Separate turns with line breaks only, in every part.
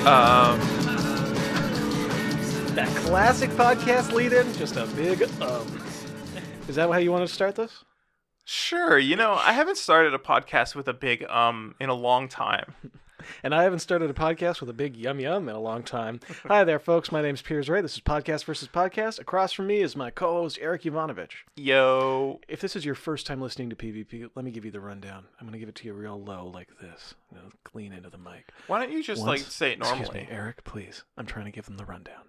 Um,
That classic podcast lead in, just a big um. Is that how you want to start this?
sure. You know, I haven't started a podcast with a big um in a long time.
And I haven't started a podcast with a big yum yum in a long time. Hi there, folks. My name's Piers Ray. This is Podcast versus Podcast. Across from me is my co host, Eric Ivanovich.
Yo,
If this is your first time listening to PvP, let me give you the rundown. I'm going to give it to you real low, like this. You know, lean into the mic.
why don't you just
Once-
like say it
Excuse me,
normally?
Eric, please. I'm trying to give them the rundown.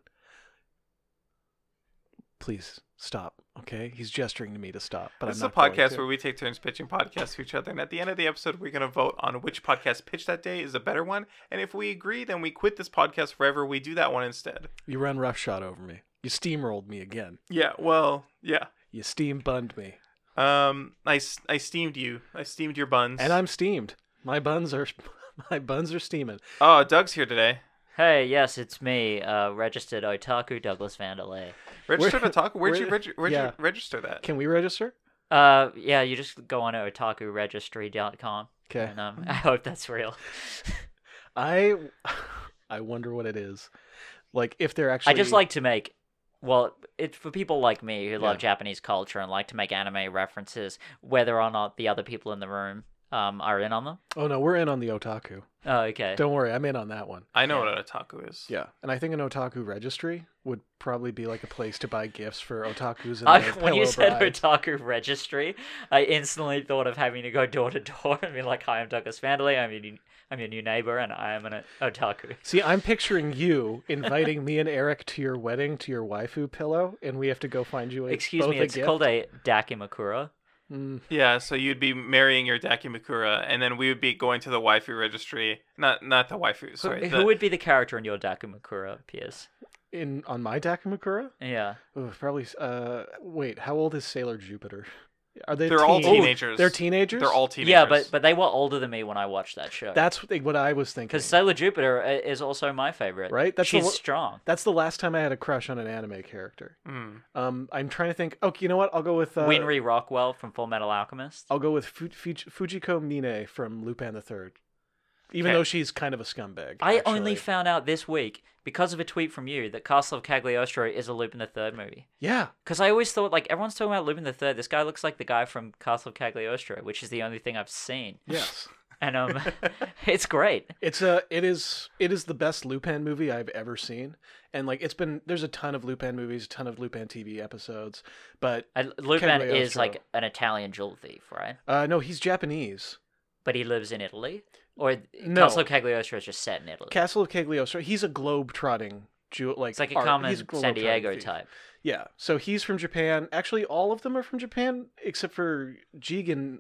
Please stop, okay? He's gesturing to me to stop, but
This is
I'm not
a
going
podcast
to.
where we take turns pitching podcasts to each other, and at the end of the episode, we're gonna vote on which podcast pitch that day is the better one. And if we agree, then we quit this podcast forever. We do that one instead.
you run roughshod over me. You steamrolled me again.
Yeah. Well. Yeah.
You steam bunned me.
Um. I, s- I steamed you. I steamed your buns.
And I'm steamed. My buns are my buns are steaming.
Oh, Doug's here today.
Hey, yes, it's me, uh, registered otaku Douglas Vandalay.
Registered to talk. Where'd
where-
you reg- where'd
yeah.
you register that?
Can we register?
Uh, yeah, you just go on to otakuregistry.com,
Okay.
and um, I hope that's real.
I I wonder what it is. Like if they're actually
I just like to make, well, it's for people like me who
Yeah.
love Japanese culture and like to make anime references, whether or not the other people in the room um are in on them.
Oh no, we're in on the otaku.
Oh, okay.
Don't worry, I'm in on that one.
I know what an otaku is.
Yeah. And I think an otaku registry would probably be like a place to buy gifts for otakus and
I,
their
Uh, when you
pillow
said
brides.
otaku registry, I instantly thought of having to go door to door and be like, "Hi, I'm Douglas Vandalay. I'm your new, I'm your new neighbor, and I am an otaku."
See, I'm picturing you inviting me and Eric to your wedding to your waifu pillow, and we have to go find you. A,
Excuse
both
me,
a
it's
gift.
called a dakimakura.
Mm,
Yeah, so you'd be marrying your Dakimakura, and then we would be going to the waifu registry. Not not the waifu,
Who,
sorry.
who
the-
would be the character in your dakimakura, Piers?
in on my Dakamakura.
Yeah.
Ooh, probably. Uh, wait, how old is Sailor Jupiter? Are they?
They're all
teen-
teenagers.
they're teenagers.
They're all teenagers.
Yeah, but but they were older than me when I watched that show.
That's what- what I was thinking.
because Sailor Jupiter i- is also my favorite.
Right? That's the
she's
one-
strong.
That's the last time I had a crush on an anime character.
Mm.
Um, I'm trying to think. Okay, you know what? I'll go with. Uh,
Winry Rockwell from Full Metal Alchemist.
I'll go with Fu- Fuji- Fujiko Mine from Lupin the Third, even
Okay.
though she's kind of a scumbag.
I only
actually.
found out this week because of a tweet from you that Castle of Cagliostro is a Lupin the Third movie.
yeah.
Because I always thought like everyone's talking about Lupin the Third. This guy looks like the guy from Castle of Cagliostro, which is the only thing I've seen,
Yes.
and um, it's great.
It's a it is it is the best Lupin movie I've ever seen, and like it's been there's a ton of Lupin movies, a ton of Lupin TV episodes, but
I, Lupin is
Cagliostro.
like an Italian jewel thief, right?
uh, no, he's Japanese.
But he lives in Italy, or
No.
Castle Cagliostro is just set in Italy.
Castle of Cagliostro. He's a globe-trotting Jew, like
it's like a
art-
common
he's a
San
globe-trotting
Diego
thief.
type.
Yeah, so he's from Japan. Actually, all of them are from Japan except for Jigen.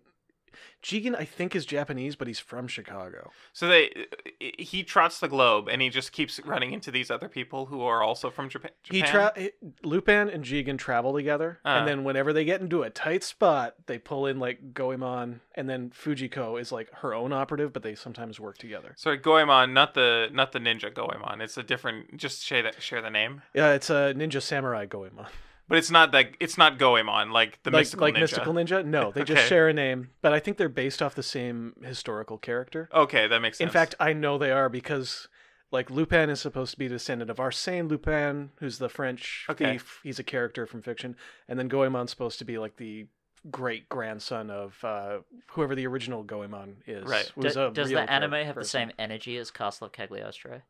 Jigen, I think, is Japanese, but he's from Chicago.
So they he trots the globe, and he just keeps running into these other people who are also from Japa- Japan.
He tra- he- Lupin and Jigen travel together,
Uh.
and then whenever they get into a tight spot, they pull in like Goemon, and then Fujiko is like her own operative, but they sometimes work together.
Sorry, Goemon, not the not the ninja Goemon. It's a different. Just share that share the name,
Yeah, it's a ninja samurai Goemon,
but it's not that. It's not Goemon, like the
like
mystical
like
ninja.
mystical ninja. No, they just
Okay.
share a name, but I think they're based off the same historical character.
Okay, that Oh, makes sense.
In fact, I know they are because like Lupin is supposed to be a descendant of Arsène Lupin, who's the French
Okay.
thief. He's a character from fiction, and then Goemon's supposed to be like the great grandson of uh, whoever the original Goemon is.
Right.
who was
Do-
a
does
real
the anime
character
have the
person.
same energy as Castle of Cagliostro?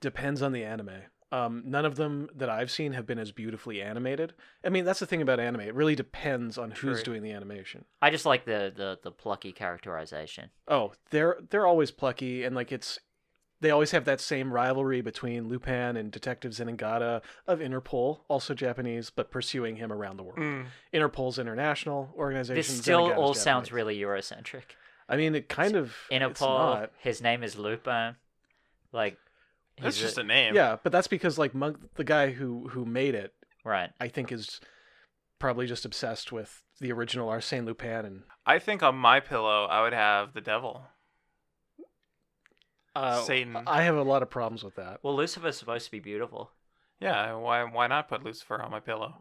Depends on the anime. Um, none of them that I've seen have been as beautifully animated. I mean, that's the thing about anime; it really depends on who's
True.
doing the animation.
I just like the the, the plucky characterization.
Oh, they're they're always plucky and like it's they always have that same rivalry between Lupin and Detective Zenigata of Interpol, also Japanese, but pursuing him around the world.
Mm.
Interpol's international organization.
This still
Zenigata's
all sounds
Japanese.
really Eurocentric.
I mean, it kind of it's
Interpol.
not.
His name is Lupin. Like,
that's
he's
just a name.
Yeah, but that's because like Monk, the guy who who made it,
right.
I think is probably just obsessed with the original Arsène Lupin and
I think on my pillow, I would have the devil,
uh,
Satan.
I have a lot of problems with that.
Well, Lucifer's supposed to be beautiful.
Yeah, why why not put Lucifer on my pillow?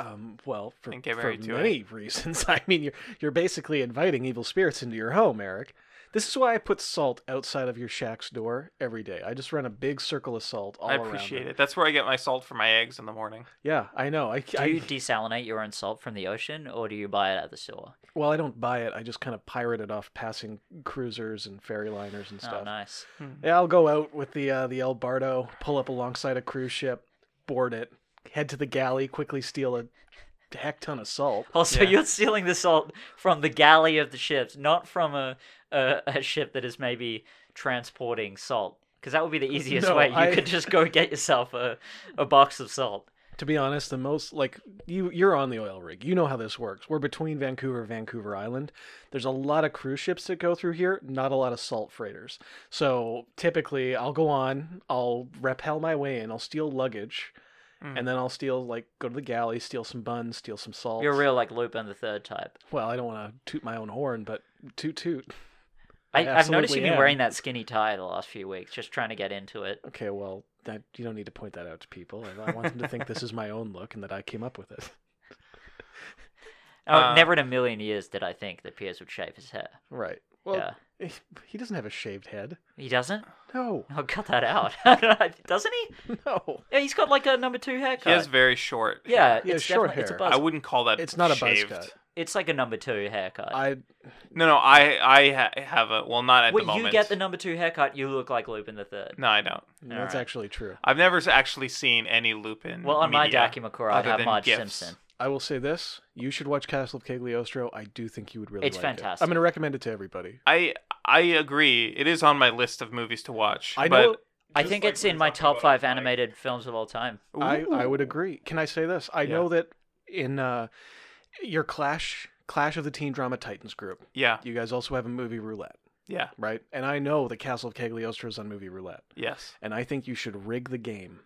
Um, well, for,
And get
for
married to
many reasons. I mean, you're you're basically inviting evil spirits into your home, Eric. This is why I put salt outside of your shack's door every day. I just run a big circle of salt all
I
around
appreciate
it.
it. That's where I get my salt for my eggs in the morning.
Yeah, I know. I,
Do
I-
you desalinate your own salt from the ocean, or do you buy it at the store?
well, I don't buy it. I just kind of pirate it off passing cruisers and ferry liners and
Oh,
stuff. Hmm.
nice.
Yeah, I'll go out with the uh, the El Bardo, pull up alongside a cruise ship, board it, head to the galley, quickly steal a heck ton of salt.
Also,
Yeah.
you're stealing the salt from the galley of the ships, not from a a, a ship that is maybe transporting salt, because that would be the easiest
No,
way. You
I-
could just go get yourself a, a box of salt.
To be honest, the most like you you're on the oil rig. You know how this works. We're between Vancouver and Vancouver Island. There's a lot of cruise ships that go through here, not a lot of salt freighters. So typically I'll go on, I'll rappel my way in, I'll steal luggage,
Hmm.
Mm.
and then I'll steal like go to the galley, steal some buns, steal some salt.
You're real like Lupin the Third type.
Well, I don't wanna toot my own horn, but toot toot. I
I, I've noticed
absolutely
you've been
am.
wearing that skinny tie the last few weeks, just trying to get into it.
Okay, well, that you don't need to point that out to people. I, I want them to think this is my own look and that I came up with it.
Oh,
Uh,
never in a million years did I think that Piers would shave his hair.
Right. Well,
yeah,
he, he doesn't have a shaved head.
he doesn't.
No,
Oh, cut that out, doesn't he?
no.
Yeah, he's got like a number two haircut.
He has very short.
yeah,
He has
it's
short
definitely- It's a
hair.
buzz
I wouldn't call that.
It's not a buzz
shaved.
cut.
It's like a number two haircut.
I
No, no, I, I ha- have a. Well, not at
when
the moment. Mm-hmm.
you get the number two haircut, you look like Lupin the Third.
No, I don't.
that's
Alright.
actually true.
I've never s- actually seen any Lupin.
Well, on my
media
Dakimakura, I
other
have
than
Marge
gifs.
Simpson.
I will say this: you should watch Castle of Cagliostro. I do think you would really.
It's
like it.
fantastic.
I'm going to recommend it to everybody.
I I agree. It is on my list of movies to watch.
I
but
know.
I
Just
think
like
it's
we were
in my
talking
top
about,
five
like-
animated films of all time.
I, I would
Ooh.
agree. Can I say this? I
Yeah.
know that in uh, your Clash Clash of the Teen Drama Titans group,
Yeah,
you guys also have a movie roulette,
yeah,
right? And I know the Castle of Cagliostro is on movie roulette.
yes.
and I think you should rig the game.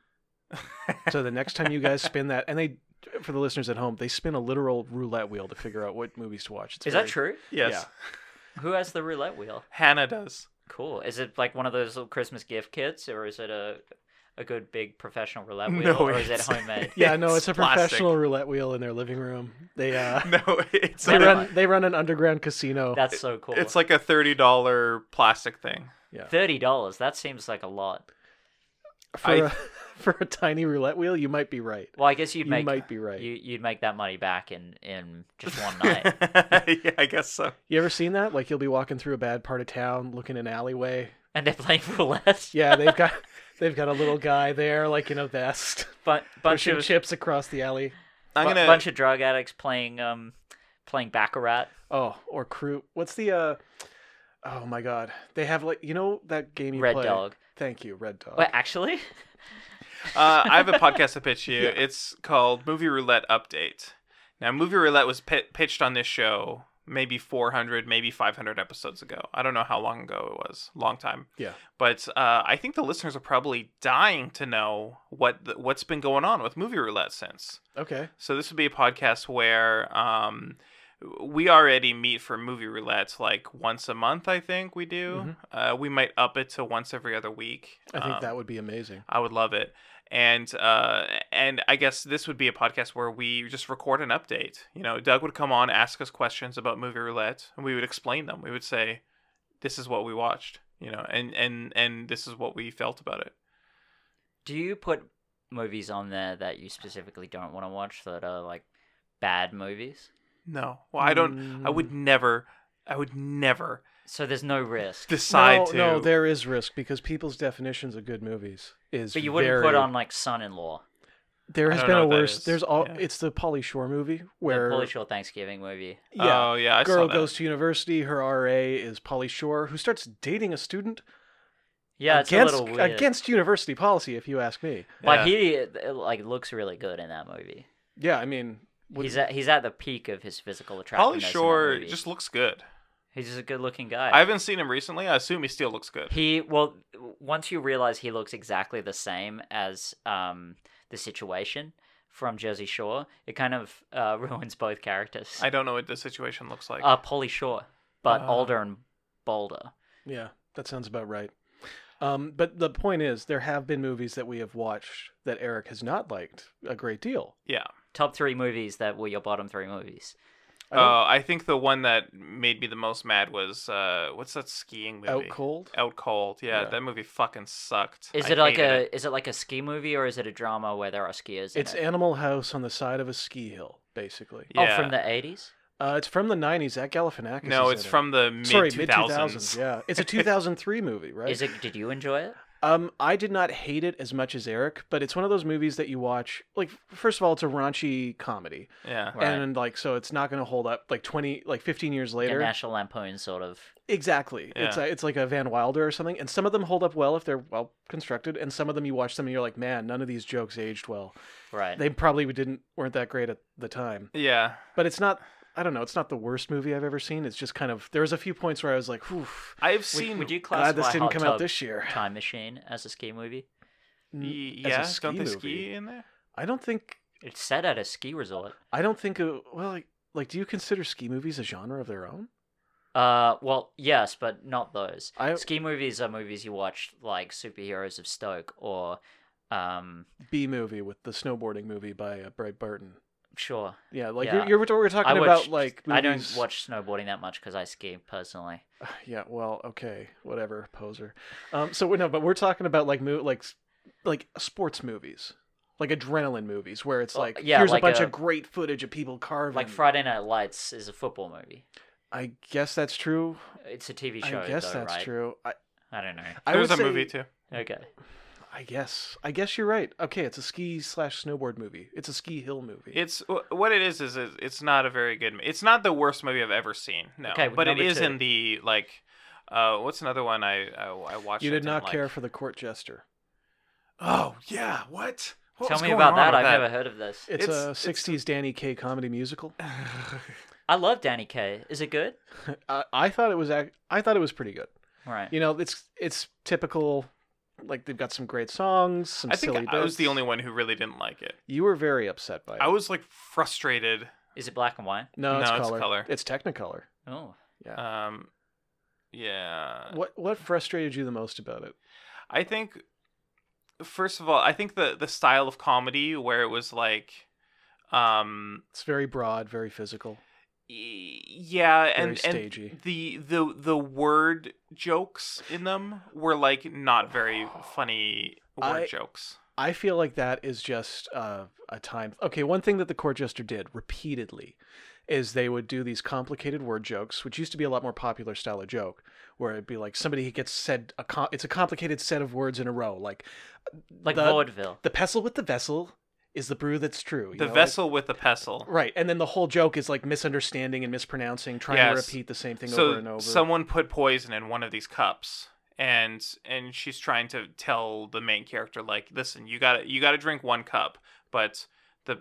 so the next time you guys spin that, and they, for the listeners at home, they spin a literal roulette wheel to figure out what movies to watch. It's
Is
very-
that true?
Yes.
Yeah.
Who has the roulette wheel?
Hannah does.
Cool. Is it like one of those little Christmas gift kits, or is it a a good big professional roulette wheel,
No,
or is it
it's-
homemade?
Yeah, no, it's a
plastic.
professional roulette wheel in their living room. They uh,
No, it's
they
a,
run they run an underground casino.
That's so cool.
it's like a thirty dollar plastic thing.
thirty dollars. That seems like a lot.
for
I-
a, for a tiny roulette wheel, you might be right.
Well, I guess you'd
You
make
might be right. You...
you you'd make that money back in in just one night.
yeah, I guess so.
ever seen that? Like you'll be walking through a bad part of town, looking in an alleyway.
and they're playing roulette.
Yeah, they've got they've got a little guy there, like in a vest,
Bu- bunch
pushing
of
chips across the alley.
I'm
bu-
gonna.
bunch of drug addicts playing um playing baccarat.
Oh, or Croup. What's the uh Oh my god. They have like you know that game you
Red
play? Oh.
Dog.
Thank you, Red Dog.
Wait, actually,
uh, I have a podcast to pitch you.
Yeah.
It's called Movie Roulette Update. Now, Movie Roulette was pi pitched on this show maybe 400, maybe 500 episodes ago. I don't know how long ago it was. Long time.
Yeah.
But uh, I think the listeners are probably dying to know what the, what's been going on with Movie Roulette since.
Okay.
So this would be a podcast where um, we already meet for movie roulette like once a month. I think we do. Uh, we might up it to once every other week.
Mm-hmm. I think
Um,
that would be amazing.
I would love it. And uh, and I guess this would be a podcast where we just record an update. You know, Doug would come on, ask us questions about movie roulette, and we would explain them. We would say, "This is what we watched," you know, and and and this is what we felt about it.
do you put movies on there that you specifically don't want to watch that are like bad movies?
No, well, I don't.
Mm.
I would never. I would never
So there's no risk.
decide
no,
to.
no, there is risk because people's definitions of good movies is
But you wouldn't
very...
put on like Son-in-Law,
There
I
has
don't
been
know
a
what that
worse
is.
there's all
Yeah.
it's the Polly Shore movie
the
where
Polly Shore Thanksgiving movie.
Yeah.
Oh yeah, I saw
girl
that.
goes to university, her RA is Polly Shore who starts dating a student
Yeah, it's
against
a little weird.
against university policy if you ask me.
Yeah.
but he uh, like looks really good in that movie.
Yeah, I mean would-
He's at he's at the peak of his physical
Polly
attractiveness. in that
Shore
movie.
just looks good.
he's just a good-looking guy.
I haven't seen him recently. I assume he still looks good.
He well, once you realize he looks exactly the same as um the situation from Jersey Shore, it kind of uh, ruins both characters.
I don't know what the situation looks like.
uh, Polly Shore, but
Uh.
Ah.
older and bolder.
Yeah, that sounds about right. Um, but the point is, there have been movies that we have watched that Eric has not liked a great deal.
yeah.
Top three movies that were your bottom three movies.
I don't-
Uh, I think the one that made me the most mad was uh, what's that skiing movie?
out cold.
Out cold. Yeah,
Yeah.
that movie fucking sucked.
Is
I
it like
hated
a is it like a ski movie or is it a drama where there are skiers? In
It's
it?
Animal House on the side of a ski hill, basically.
Yeah.
oh from the eighties.
Uh, it's from the '90s. Zach Galifianakis.
No,
is
it's
in it.
from the mid
sorry
two
mid 2000s.
thousands.
Yeah, it's a 2003 movie, right?
Is it? Did you enjoy it?
Um, I did not hate it as much as Eric, but it's one of those movies that you watch. Like, first of all, it's a raunchy comedy,
Yeah.
Right.
and like, so it's not going to hold up like 20, like 15 years
Like a
later.
National Lampoon sort of.
Exactly. It's
Yeah.
a, it's like a Van Wilder or something, and some of them hold up well if they're well constructed, and some of them you watch them and you're like, man, none of these jokes aged well.
Right.
They probably didn't weren't that great at the time,
Yeah.
but it's not. I don't know. It's not the worst movie I've ever seen. It's just kind of there was a few points where I was like, whew,
I've
Would-
seen.
Would you classify
glad this didn't
Hot
come out
Tub
this year.
Time Machine as a ski movie?
N-
Y-
as a
yeah.
ski
Don't they
movie.
ski in there?
I don't think
It's set at a ski resort.
I don't think of well, like, like do you consider ski movies a genre of their own?
Uh, well, yes, but not those.
I
Ski movies are movies you watch like Superheroes of Stoke or, um,
B movie with the snowboarding movie by uh, Brad Barton.
sure.
Yeah, like
Yeah.
You're, you're, we're talking
I
about
watched,
like
I don't
movies-
watch snowboarding that much because I ski personally.
Yeah, well, okay, whatever, poser. Um, so we- no, but we're talking about like mo- like s- like sports movies, like adrenaline movies, where it's
Oh,
like
yeah,
here's
like
a bunch
a-
of great footage of people carving.
Like Friday Night Lights is a football movie.
I guess that's true.
It's a TV show.
I guess
though,
that's
right?
true. I,
I don't know.
I
There's
would
a
say-
movie too.
Okay.
I guess. I guess you're right. Okay, it's a ski slash snowboard movie. It's a ski hill movie.
It's wh- what it is. Is it- it's not a very good. m- It's not the worst movie I've ever seen. No,
Okay,
but it
number
is
two.
in the like. Uh, what's another one I I, I watched?
you
that
did not
didn't
care
like?
for the court jester.
Oh yeah, what? What
Tell
was
me
going
about
on
that.
with
I've never heard of this.
It's,
It's-
a
it's-
'60s Danny Kaye comedy musical.
I love Danny Kaye. Is it good?
I, I thought it was ac- I thought it was pretty good.
Right.
You know, it's it's typical. Like they've got some great songs. Some
I think
silly
I was the
bits.
only one who really didn't like it.
You were very upset by it.
I was like frustrated.
Is it black and white?
no, it's
No, it's
color.
color.
It's Technicolor.
Oh,
Um, yeah.
What what frustrated you the most about it?
I think first of all, I think the the style of comedy where it was like um
It's very broad, very physical,
y- yeah
very
and and
stagey.
the the the word jokes in them were like not very funny word
I-
jokes.
I feel like that is just uh, a time. Okay, one thing that the court jester did repeatedly is they would do these complicated word jokes, which used to be a lot more popular style of joke, where it'd be like somebody gets said a com- it's a complicated set of words in a row, like
like
the,
vaudeville.
The pestle with the vessel is the brew that's true. you know,
The
like-
vessel with the pestle.
right? And then the whole joke is like misunderstanding and mispronouncing, trying to
Yes.
repeat the same thing
so
over and over.
someone put poison in one of these cups and and she's trying to tell the main character like listen you got to you got to drink one cup but the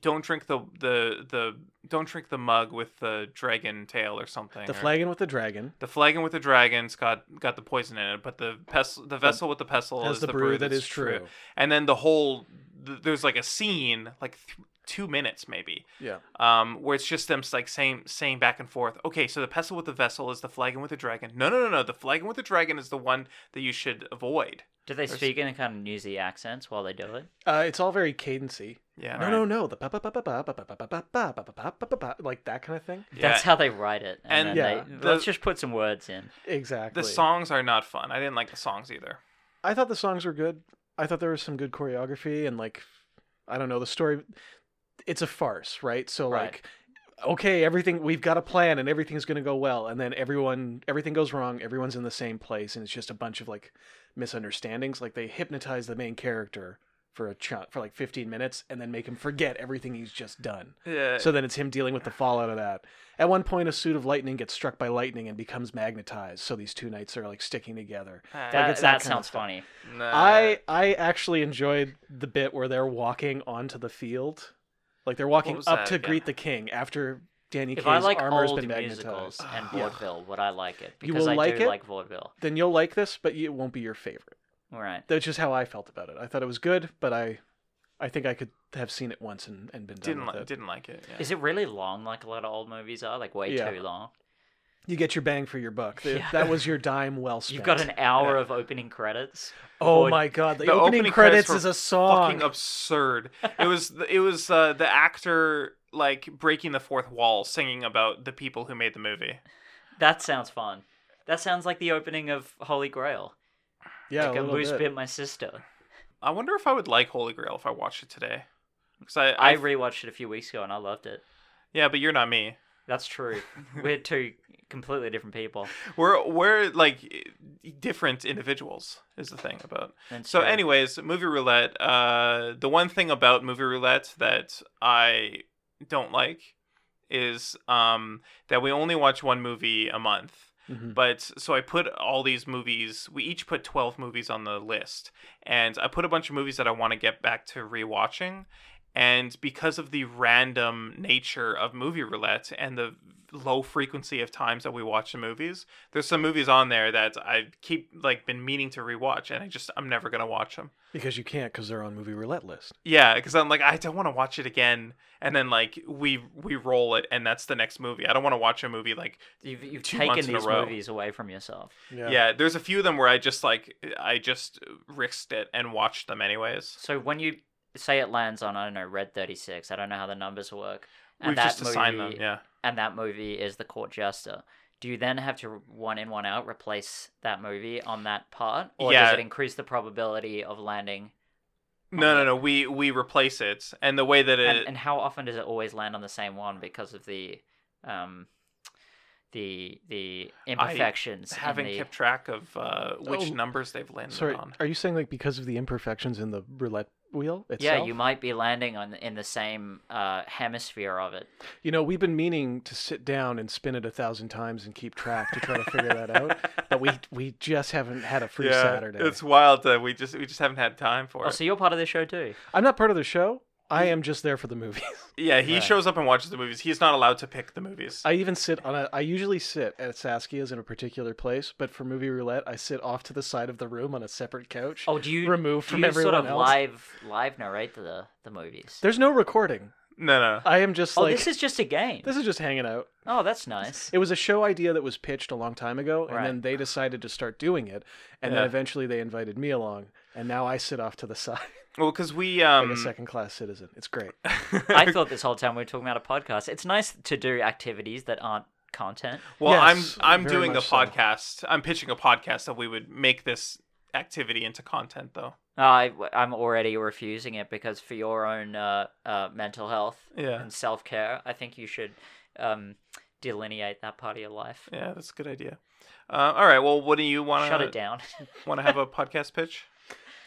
don't drink the the the don't drink the mug with the dragon tail or something
the
or-
flagon with the dragon
the flagon with the dragon's got got the poison in it but the pestle the vessel with the pestle
has
is
the, brew, that
that's
is true.
and then the whole th- there's like a scene like th- 2 minutes maybe
Yeah,
um, where it's just them like saying saying back and forth. Okay, so the pestle with the vessel is the flagon with the dragon. No, no, no, no. The flagon with the dragon is the one that you should avoid.
Do they
there's-
speak in a kind of newsy accents while they do it?
uh, it's all very cadency.
Yeah,
No, no, no. The pa pa pa pa pa pa pa pa pa pa pa pa pa pa pa pa like that kind of thing.
Yeah.
That's how they write it. And,
And
then
Yeah.
they,
the-
let's just put some words in.
Exactly.
the songs are not fun. I didn't like the songs either.
I thought the songs were good. I thought there was some good choreography and like, I don't know the story. It's a farce, right? So
Right.
like, okay, everything we've got a plan and everything's gonna go well, and then everyone everything goes wrong. Everyone's in the same place, and it's just a bunch of like misunderstandings. Like they hypnotize the main character for a chunk for like 15 minutes, and then make him forget everything he's just done.
Yeah.
So then it's him dealing with the fallout of that. At one point, a suit of lightning gets struck by lightning and becomes magnetized. So these two knights are like sticking together.
Uh,
That,
it's that kind
that,
of
sounds
stuff.
funny.
I
Uh,
I actually enjoyed the bit where they're walking onto the field, like they're walking
was
up
that
to
again?
greet the king after Danny
If
Kaye's
I like
armor's
old
been magnetized.
musicals and
Yeah.
vaudeville, would I like it?
You
Because
will
I
like
do
it?
like vaudeville.
Then you'll like this, but it won't be your favorite.
All right.
That's just how I felt about it. I thought it was good, but I I think I could have seen it once and, and been done
didn't
with
like
it.
didn't like it. Yeah.
Is it really long like a lot of old movies are? Like way
Yeah.
too long.
You get your bang for your buck. Th-
Yeah.
That was your dime well spent.
You've got an hour
Yeah.
of opening credits.
Oh
Or-
my god, the,
The
opening,
opening
credits
credits were
is a
Fucking
song.
absurd. It was it was uh, the actor like breaking the fourth wall, singing about the people who made the movie.
That sounds fun. That sounds like the opening of Holy Grail.
Yeah,
like
a
a,
little
loose
bit.
bit, my sister.
I wonder if I would like Holy Grail if I watched it today. Because I,
I
I've-
rewatched it a few weeks ago and I loved it.
yeah, but you're not me.
That's true. We're two completely different people.
We're we're like different individuals is the thing about.
That's
So,
true.
anyways, movie roulette. Uh, the one thing about movie roulette that I don't like is um that we only watch one movie a month.
Mhm.
But so I put all these movies, we each put 12 movies on the list. And I put a bunch of movies that I want to get back to rewatching. And because of the random nature of movie roulette and the low frequency of times that we watch the movies, there's some movies on there that I keep like been meaning to rewatch and I just I'm never going to watch them.
Because you can't, because they're on movie roulette list.
Yeah, because I'm like I don't want to watch it again, and then like we we roll it, and that's the next movie. I don't want to watch a movie like
you've, you've
two
taken
months in a
these
row.
movies away from yourself.
yeah. There's a few of them where I just like I just risked it and watched them anyways.
So when you say it lands on, I don't know, Red 36, I don't know how the numbers work. And
We've
that
just assigned
movie,
them. Yeah,
And that movie is The Court Jester. Do you then have to one in, one out replace that movie on that part? Or
Yeah.
does it increase the probability of landing?
no, no, no. We we replace it, and the way that it
Oh and, and how often does it always land on the same one because of the. Um, the the imperfections in
having
the-
kept track of uh, which
Oh,
numbers they've landed
Sorry,
on.
are you saying like because of the imperfections in the roulette wheel itself?
Yeah, you might be landing on in the same uh, hemisphere of it.
You know, we've been meaning to sit down and spin it a thousand times and keep track to try to figure that out, but we we just haven't had a free
yeah,
Saturday.
it's wild that we just we just haven't had time for
Oh,
it.
so you're part of the show too.
I'm not part of the show. I am just there for the movies.
Yeah, he
Right.
shows up and watches the movies. He's not allowed to pick the movies.
I even sit on a. I usually sit at Saskia's in a particular place, but for movie roulette, I sit off to the side of the room on a separate couch.
Oh, do you
Removed
do
from
you
everyone
sort of
else.
live live narrate the the movies?
There's no recording.
no, no.
I am just
oh,
like
this is just a game.
this is just hanging out.
Oh, that's nice.
It was a show idea that was pitched a long time ago, and
Right.
then they decided to start doing it, and then
Yeah.
eventually they invited me along, and now I sit off to the side
Well, because we
like
um.
a second class citizen. It's great.
I thought this whole time we were talking about a podcast. It's nice to do activities that aren't content.
Well,
Yes,
I'm I'm
very
doing a
much so.
podcast. I'm pitching a podcast that we would make this activity into content, though.
I I'm already refusing it because for your own uh, uh, mental health
Yeah,
and self care, I think you should um, delineate that part of your life.
yeah, that's a good idea. Uh, all right. Well, what do you
Shut it
want to
down.
want to have a podcast pitch?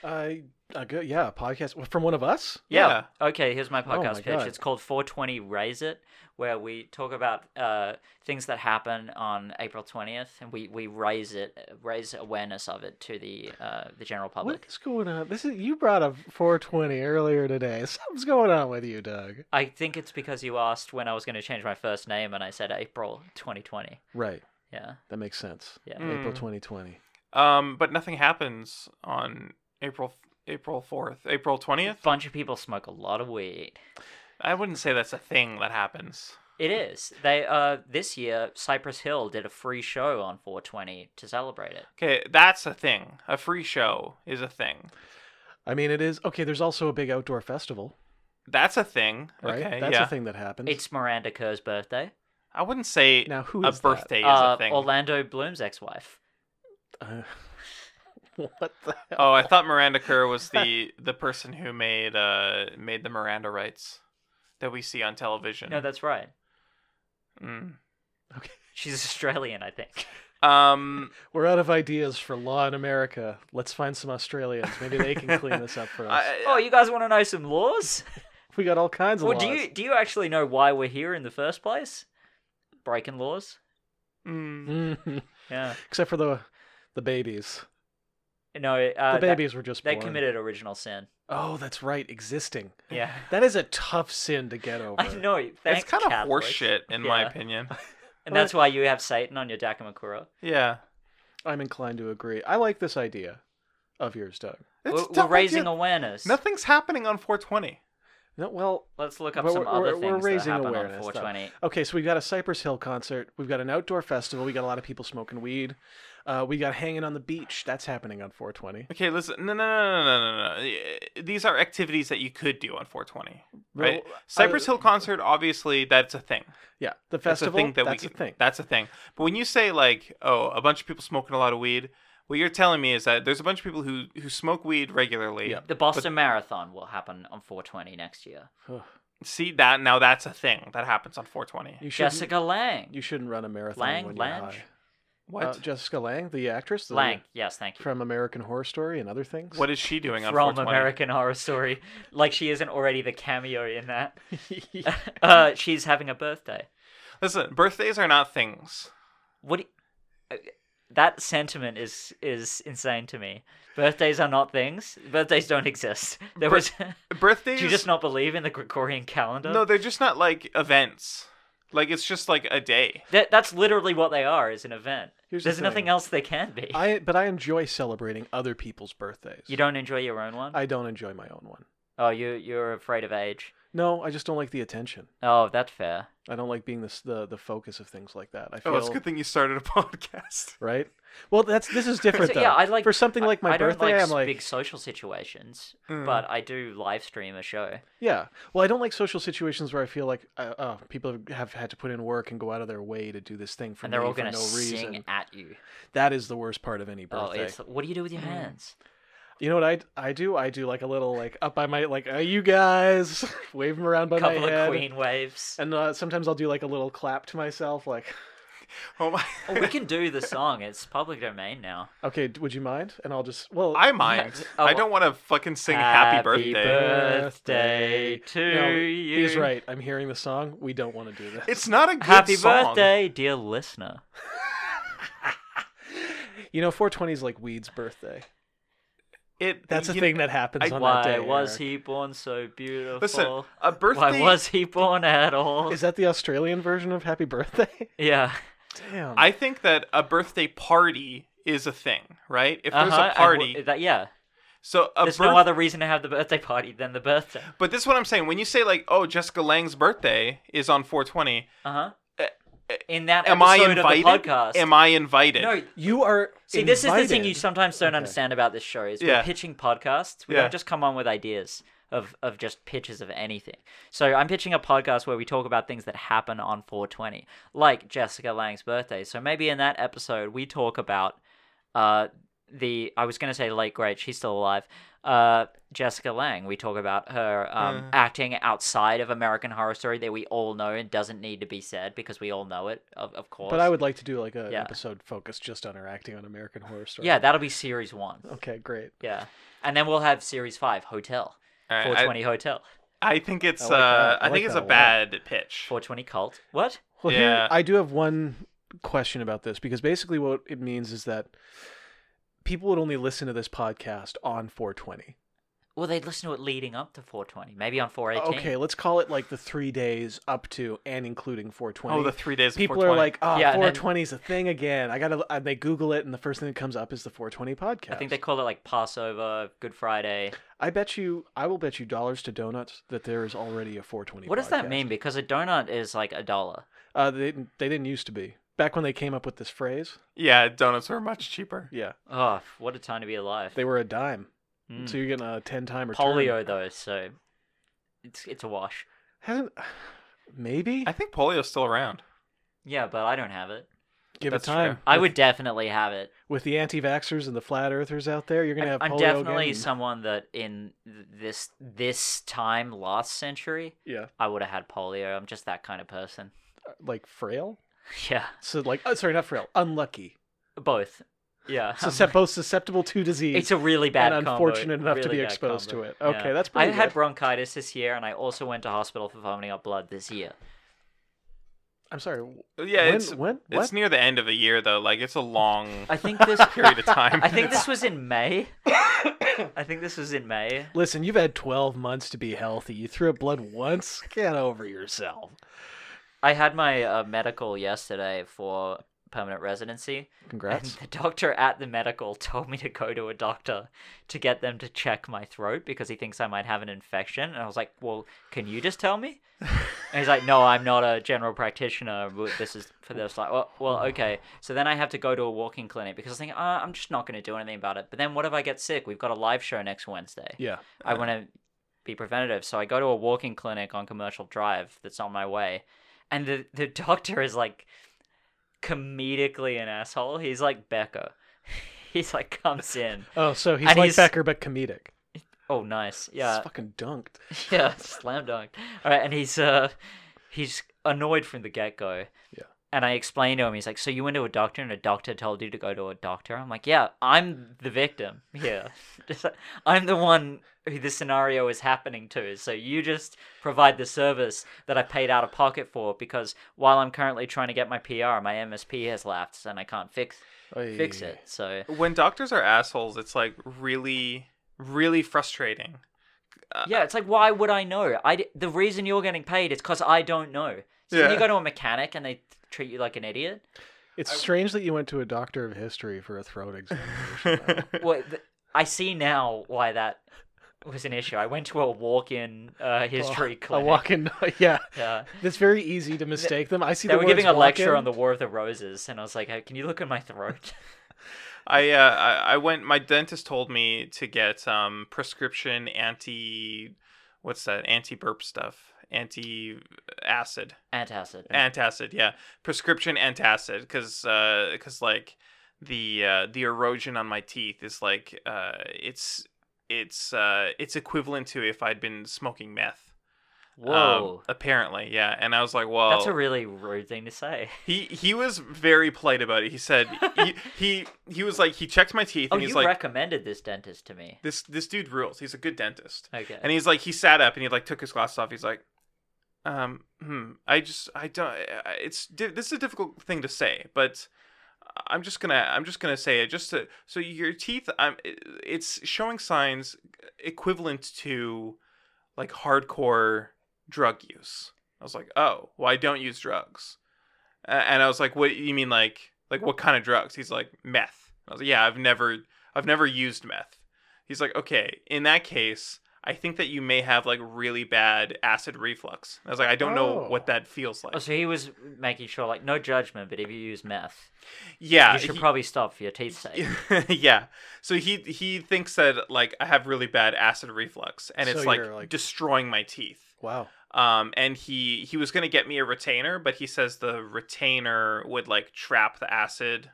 I, I go, yeah, a podcast from one of us.
Yeah. Okay, here's my
Oh my
podcast pitch.
God.
It's called 420 Raise It, where we talk about uh, things that happen on April 20th, and we, we raise it, raise awareness of it to the uh, the general public.
What is going on? This is you brought up 420 earlier today. Something's going on with you, Doug.
I think it's because you asked when I was going to change my first name, and I said April 2020.
Right,
Yeah.
that makes sense.
Yeah.
Mm.
April 2020.
Um, but nothing happens on April April fourth, April twentieth.
Bunch of people smoke a lot of weed.
I wouldn't say that's a thing that happens.
It is. They uh this year Cypress Hill did a free show on 420 to celebrate it.
Okay, that's a thing. A free show is a thing.
I mean, it is okay. There's also a big outdoor festival,
That's a thing.
right?
Okay,
That's
yeah.
a thing that happens.
It's Miranda Kerr's birthday.
I wouldn't say
now who
a
is that?
birthday is
uh,
a thing.
Orlando Bloom's ex-wife.
Uh, what the hell?
Oh, I thought Miranda Kerr was the the person who made uh made the Miranda rights that we see on television.
No, that's right.
Mm.
She's Australian, I think.
Um,
We're out of ideas for law in America. Let's find some Australians. Maybe they can clean this up for us.
I,
Oh, you guys want to know some laws?
We got all kinds of
Or do
laws.
you do you actually know why we're here in the first place? Breaking laws.
mm.
Mhm.
Yeah.
Except for the the babies.
No. Uh,
The
that-
babies were just
They
born.
committed original sin.
Oh, that's right. Existing.
Yeah.
That is a tough sin to get over.
I know.
it's
thank
kind of
Catholics.
horseshit in my
Yeah.
opinion.
And that's why you have Satan on your Dakamakura.
Yeah,
I'm inclined to agree. I like this idea of yours, Doug.
It's
We're, we're
not like
raising
it-
awareness.
Nothing's happening on 420.
No, well,
Let's look up
We're-
some
we're-
other
we're
things
raising
that happen on
awareness, though.
420.
okay, so we've got a Cypress Hill concert. We've got an outdoor festival. We got a lot of people smoking weed. Uh, we got hanging on the beach. That's happening on 420.
Okay, listen. No, no, no, no, no, no, no. Eh, These are activities that you could do on 420, right?
uh,
Well,
Cypress Hill concert, obviously, that's a thing.
Yeah, the festival.
That's a thing that
that's
we,
a thing.
That's a thing. But when you say like, oh, a bunch of people smoking a lot of weed, what you're telling me is that there's a bunch of people who who smoke weed regularly.
Yep.
The Boston Marathon will happen on 420 next year.
See that now? That's a thing that happens on 420.
you shouldn't,
Jessica Lang.
You shouldn't run a marathon
Lang,
when you're
Lange?
high.
What?
Uh, Jessica Lang, the actress, the
Lang. Yes, thank you.
from American Horror Story and other things.
what is she doing on
From
420?
American Horror Story. Like she isn't already the cameo in that. uh, she's having a birthday.
Listen, birthdays are not things.
What? do- uh, that sentiment is is insane to me. Birthdays are not things. Birthdays don't exist. There
Bir-
was.
Birthdays.
do you just not believe in the Gregorian calendar?
no, they're just not like events. Like it's just like a day.
That, that's literally what they are is an event.
Here's the
There's nothing
thing.
else they can be.
I but I enjoy celebrating other people's birthdays.
You don't enjoy your own one?
I don't enjoy my own one.
Oh, you you're afraid of age.
No, I just don't like the attention.
Oh, that's fair.
I don't like being the s- the, the focus of things like that. I feel
Oh, it's a good thing you started a podcast.
right. Well, that's this is different
So,
though.
yeah, I like
uh, for something
I-
like my
I
birthday.
Don't like
I'm like,
big social situations,
Mm.
but I do live stream a show.
yeah. Well, I don't like social situations where I feel like uh, oh, people have, have had to put in work and go out of their way to do this thing for
and they're
me
all
for
gonna
no
sing
reason.
at you.
That is the worst part of any
Oh,
birthday.
it's what do you do
Mm.
with your hands?
You know what I I do? I do like a little like up by my like uh, you guys wave them around by
A couple
my
of
head,
queen waves.
and uh, sometimes I'll do like a little clap to myself, like
Oh my.
oh, we can do the song. It's public domain now.
okay, d- would you mind? And I'll just well
I mind.
Oh,
I don't want to fucking sing Happy,
birthday to
No,
you.
He's right. I'm hearing the song. We don't want to do this.
It's not a good
Happy
song.
birthday, dear listener.
you know, 420 is like Weed's birthday.
It
That's a
you-
thing that happens
I-
on
Why
that day.
was
Eric.
he born so beautiful?
Listen, a birthday.
Why was he born at all?
Is that the Australian version of Happy Birthday?
yeah.
Damn.
I think that a birthday party is a thing, right? If there's
Uh-huh,
a
I
party,
w- that, yeah.
so a
There's
birth-
no other reason to have the birthday party than the birthday.
But this is what I'm saying. When you say like, "Oh, Jessica Lang's birthday is on 420,"
Uh huh.
uh,
In that
am I
episode
invited?
of the podcast,
Am I invited?
no.
you are
See, this is the thing you
invited.
sometimes don't
Okay.
understand about this show is
Yeah.
we're pitching podcasts. We
Yeah.
don't just come on with ideas of of just pitches of anything. So I'm pitching a podcast where we talk about things that happen on 420, like Jessica Lang's birthday. So maybe in that episode we talk about uh the I was gonna say late great, she's still alive. Uh, Jessica Lang. We talk about her um,
Mm.
acting outside of American Horror Story that we all know and doesn't need to be said because we all know it, of, of course.
But I would like to do like an
Yeah.
episode focused just on her acting on American Horror Story.
Yeah, that'll be series one.
Okay, great.
Yeah, and then we'll have series five, Hotel,
All right,
four
I,
twenty Hotel,
I think it's
I
uh,
like that. I
I,
like
think it's
that
a
a lot.
bad pitch.
four twenty Cult. What?
Well,
Yeah.
here I do have one question about this because basically what it means is that people would only listen to this podcast on 420.
Well, they'd listen to it leading up to four twenty, maybe on four eighteen.
Okay, let's call it like the three days up to and including 420.
Oh, the three days. of
people are
420.
like, "Oh,
Yeah, and then-
420 is a thing again." I gotta. And they Google it, and the first thing that comes up is the 420 podcast.
I think they call it like Passover, Good Friday.
I bet you. I will bet you dollars to donuts that there is already a 420.
What does that
podcast.
mean? Because a donut is like a dollar.
Uh, they didn't- they didn't used to be back when they came up with this phrase.
yeah, donuts are much cheaper.
Yeah,
Oh, what a time to be alive.
they were a dime,
Mm.
so you're getting a ten time return.
Polio though, so it's it's a wash.
hasn't. Maybe
I think polio's still around.
Yeah, but I don't have it.
give it
that's
time.
true.
I would definitely have it.
With the anti-vaxxers and the flat earthers out there, you're gonna have
I'm
polio
definitely
again.
someone that in th- this this time last century,
Yeah,
I would have had polio. I'm just that kind of person.
like frail.
Yeah,
So like, oh, sorry, not frail. Unlucky.
both. Yeah, Um,
Suscep- both susceptible to disease.
it's a really bad
and
combo,
unfortunate enough to
really
be
bad
exposed
combo.
to it. Okay, that's
I
pretty
had
good.
bronchitis this year, and I also went to hospital for vomiting up blood this year.
I'm sorry. w-
Yeah,
when,
it's
when? What?
it's near the end of the year though. Like it's a long
I think this.
period of time.
I think this was in May. I think this was in May.
Listen, you've had 12 months to be healthy. You threw up blood once. Get over yourself.
I had my uh, medical yesterday for permanent residency.
Congrats.
And the doctor at the medical told me to go to a doctor to get them to check my throat because he thinks I might have an infection. And I was like, well, can you just tell me? And he's like, no, I'm not a general practitioner. but This is for this. Like, well, well, okay. So then I have to go to a walking clinic because I think, uh, I'm just not going to do anything about it. But then what if I get sick? We've got a live show next Wednesday.
Yeah.
I want to be preventative. So I go to a walking clinic on Commercial Drive that's on my way. And the, the doctor is like comedically an asshole. He's like Becker. He's like comes in.
Oh, so he's
And
like
he's-
Becker but comedic.
Oh, nice.
Yeah.
Yeah.
He's fucking dunked.
yeah, slam dunk. All right, and he's uh, he's annoyed from the get go.
Yeah.
And I explained to him, he's like, "So you went to a doctor, and a doctor told you to go to a doctor?" I'm like, "Yeah, I'm the victim. Yeah, Just like, I'm the one who this scenario is happening to. So you just provide the service that I paid out of pocket for, because while I'm currently trying to get my PR, my MSP has lapsed, and I can't fix fix
Oy.
it. So
When doctors are assholes, it's like really, really frustrating. Uh,
Yeah, it's like why would I know? I d- the reason you're getting paid is because I don't know. So when
Yeah.
you go to a mechanic and they treat you like an idiot.
It's strange that you went to a doctor of history for a throat examination. though.
Well, th- I see now why that was an issue. I went to a walk-in uh, history
a
clinic.
walk in. Yeah.
Yeah.
It's very easy to mistake them. I see
They
the
were giving a
words
lecture
walk-in.
on the War of the Roses, and I was like, "Hey, "Can you look at my throat?"
I, uh, I I went. My dentist told me to get um prescription anti, what's that? Anti burp stuff. Anti acid.
Antacid.
antacid yeah prescription antacid because because like the uh, the erosion on my teeth is like uh, it's it's uh, it's equivalent to if I'd been smoking meth. Um,
Whoa,
apparently, yeah. And I was like, well,
that's a really rude thing to say.
he he was very polite about it. He said he, he he was like he checked my teeth
Oh,
and
you
he's like
recommended this dentist to me.
this this dude rules. He's a good dentist.
Okay.
And he's like, he sat up and he like took his glasses off. He's like, um, hmm, I just, I don't. I- It's di- this is a difficult thing to say, but I'm just gonna, I'm just gonna say it. Just to, so your teeth, um, it's showing signs equivalent to like hardcore drug use. I was like, oh, well, I don't use drugs. A- And I was like, what you mean, like, like what kind of drugs? He's like, meth. I was like, yeah, I've never, I've never used meth. He's like, okay, in that case, I think that you may have like really bad acid reflux. I was like, I don't
Oh.
know what that feels like.
oh, so he was making sure, like, no judgment, but if you use meth,
yeah,
you should
he-
probably stop for your teeth's sake.
yeah. So he he thinks that like I have really bad acid reflux, and it's
So
like,
you're, like-
destroying my teeth.
Wow.
Um, and he he was gonna get me a retainer, but he says the retainer would like trap the acid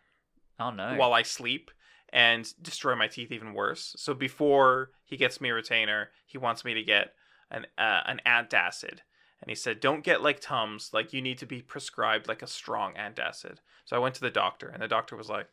Oh no.
while I sleep and destroy my teeth even worse. So before he gets me a retainer, he wants me to get an uh, an antacid. And he said, "Don't get like Tums. Like you need to be prescribed like a strong antacid." So I went to the doctor, and the doctor was like,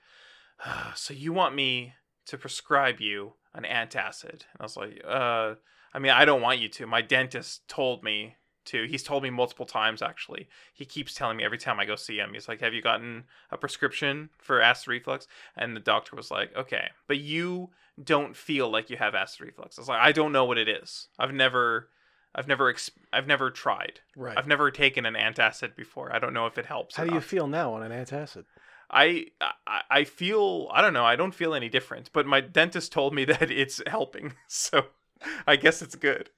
"Ah, "So you want me to prescribe you an antacid?" And I was like, "Uh, I mean, I don't want you to. My dentist told me to. He's told me multiple times actually. He keeps telling me every time I go see him. He's like, "Have you gotten a prescription for acid reflux?" And the doctor was like, "Okay, but you don't feel like you have acid reflux." I was like, "I don't know what it is. I've never I've never exp- I've never tried.
Right.
I've never taken an antacid before. I don't know if it helps."
How
or
do you
not."
feel now on an antacid?
I, I I feel I don't know. I don't feel any different. But my dentist told me that it's helping, so I guess it's good.